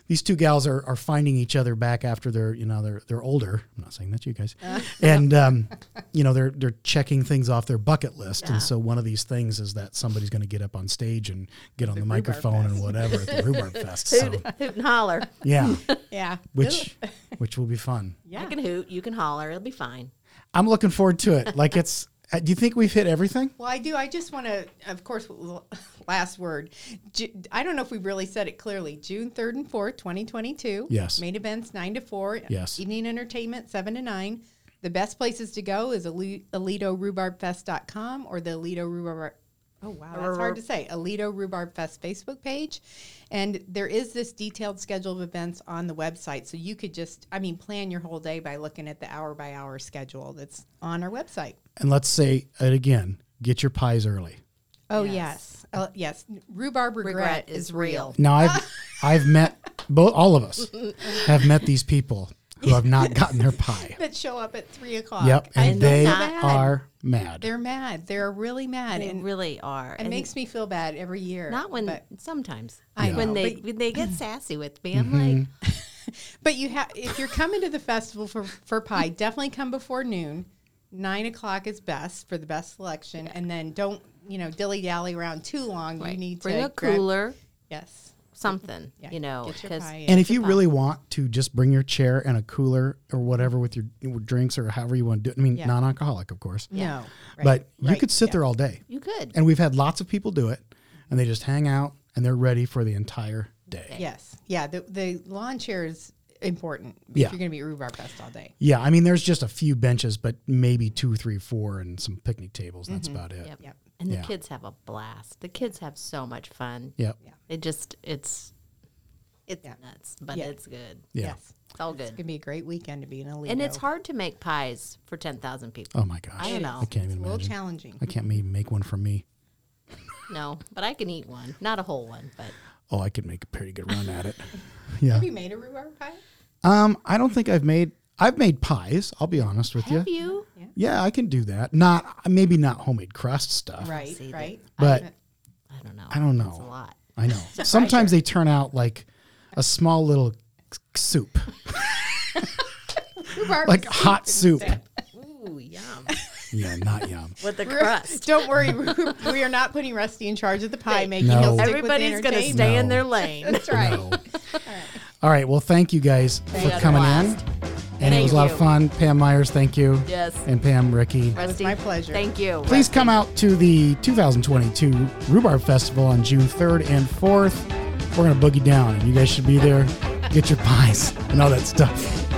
S1: these two gals are, are finding each other back after they're you know they're they're older. I'm not saying that to you guys, and um, you know they're they're checking things off their bucket list, and so one of these things is that somebody's going to get up on stage and get on the, microphone and whatever at the rhubarb fest. So
S2: Hoot, hoot and holler.
S1: yeah,
S3: Yeah.
S1: which which will be fun.
S2: I
S3: Yeah.
S2: can hoot. You can holler. It'll be fine.
S1: I'm looking forward to it. Like it's. uh, Do you think we've hit everything?
S3: Well, I do. I just want to, of course, l- last word. Ju- I don't know if we really said it clearly. June 3rd and 4th, 2022.
S1: Yes.
S3: Main events 9 to 4.
S1: Yes.
S3: Evening entertainment 7 to 9. The best places to go is Ali- AlitoRhubarbFest.com or the Alito Rhubarb. Oh, wow. That's hard to say. Alito Rhubarb Fest Facebook page. And there is this detailed schedule of events on the website. So you could just, I mean, plan your whole day by looking at the hour by hour schedule that's on our website.
S1: And let's say it again. Get your pies early.
S3: Oh yes, uh, yes. Rhubarb regret,
S2: Regret
S3: is,
S2: is
S3: real.
S2: real.
S1: Now I've I've met both all of us have met these people who have not gotten their pie.
S3: That show up at three o'clock.
S1: Yep,
S3: I
S1: and
S3: feel
S1: they
S3: bad.
S1: are mad.
S3: They're mad. They're really mad,
S2: They
S3: and
S2: really are.
S3: it
S2: And
S3: makes me feel bad every year.
S2: not when
S3: But,
S2: sometimes
S3: I know,
S2: when they
S3: but-
S2: when they get sassy with me. I'm
S1: Mm-hmm.
S2: like,
S3: but you have if you're coming to the festival for for pie, definitely come before noon. Nine o'clock is best for the best selection, and then don't you know dilly dally around too long. You need
S2: bring
S3: to
S2: a
S3: grab-
S2: cooler,
S3: Yes,
S2: something.
S3: Yeah,
S2: You know,
S3: get your
S2: because
S3: pie in.
S1: And if you really want to just bring your chair and a cooler or whatever with your with drinks or however you want to do it. I mean,
S3: Yeah.
S1: non-alcoholic, of course.
S3: no, right,
S1: But you
S3: right,
S1: could sit
S3: yeah.
S1: there all day.
S2: you could.
S1: And we've had lots of people do it and they just hang out and they're ready for the entire day.
S3: Yes, yeah. The the lawn chair is important.
S1: Yeah.
S3: if you're going to be at rhubarb fest all day.
S1: Yeah, I mean there's just a few benches, but maybe two, three, four and some picnic tables. and That's about it.
S2: Yep.
S3: Yep.
S2: And the
S1: Yeah.
S2: kids have a blast. The kids have so much fun.
S1: Yep.
S3: Yeah.
S2: It just it's it's
S3: Yeah.
S2: nuts, but
S3: Yeah.
S2: it's good.
S1: Yeah.
S3: Yes.
S2: It's all good.
S3: It's gonna be a great weekend to be in a
S2: And it's hard to make pies for ten thousand people.
S1: Oh my gosh.
S2: I don't know.
S1: I can't
S3: It's a
S1: even
S3: little
S1: imagine.
S3: challenging.
S1: I can't even make one for me.
S2: No, but I can eat one, not a whole one, but
S1: Oh, I could make a pretty good run at it. Yeah.
S3: Have you made a rhubarb pie?
S1: Um, I don't think I've made I've made pies, I'll be honest with you.
S2: have you?
S1: Yeah, I can do that. Not maybe not homemade crust stuff.
S3: Right,
S2: see that.
S3: right.
S1: But
S2: I don't know.
S1: I don't
S2: It's a
S1: know.
S2: lot.
S1: I know. Sometimes they turn out like a small little k- soup,
S3: Rhubarb.
S1: like hot soup.
S2: Ooh, yum.
S1: Yeah, not yum.
S2: With the
S3: We're-
S2: crust.
S3: Don't worry, we are not putting Rusty in charge of the pie making.
S1: No.
S3: He'll stick
S2: Everybody's
S3: with
S2: gonna
S3: entertainment.
S2: stay in
S1: No.
S2: their lane.
S3: That's right.
S1: No. All right. Well, thank you guys for
S2: had a
S1: coming in. And it was a lot
S2: you.
S1: of fun. Pam Myers, thank you.
S2: Yes.
S1: And Pam, Ricky.
S3: was
S2: Rusty,
S3: my pleasure.
S2: Thank you.
S1: Please come out to the 2022 Rhubarb Festival on June 3rd and 4th. We're going to boogie down, and you guys should be there. Get your pies and all that stuff.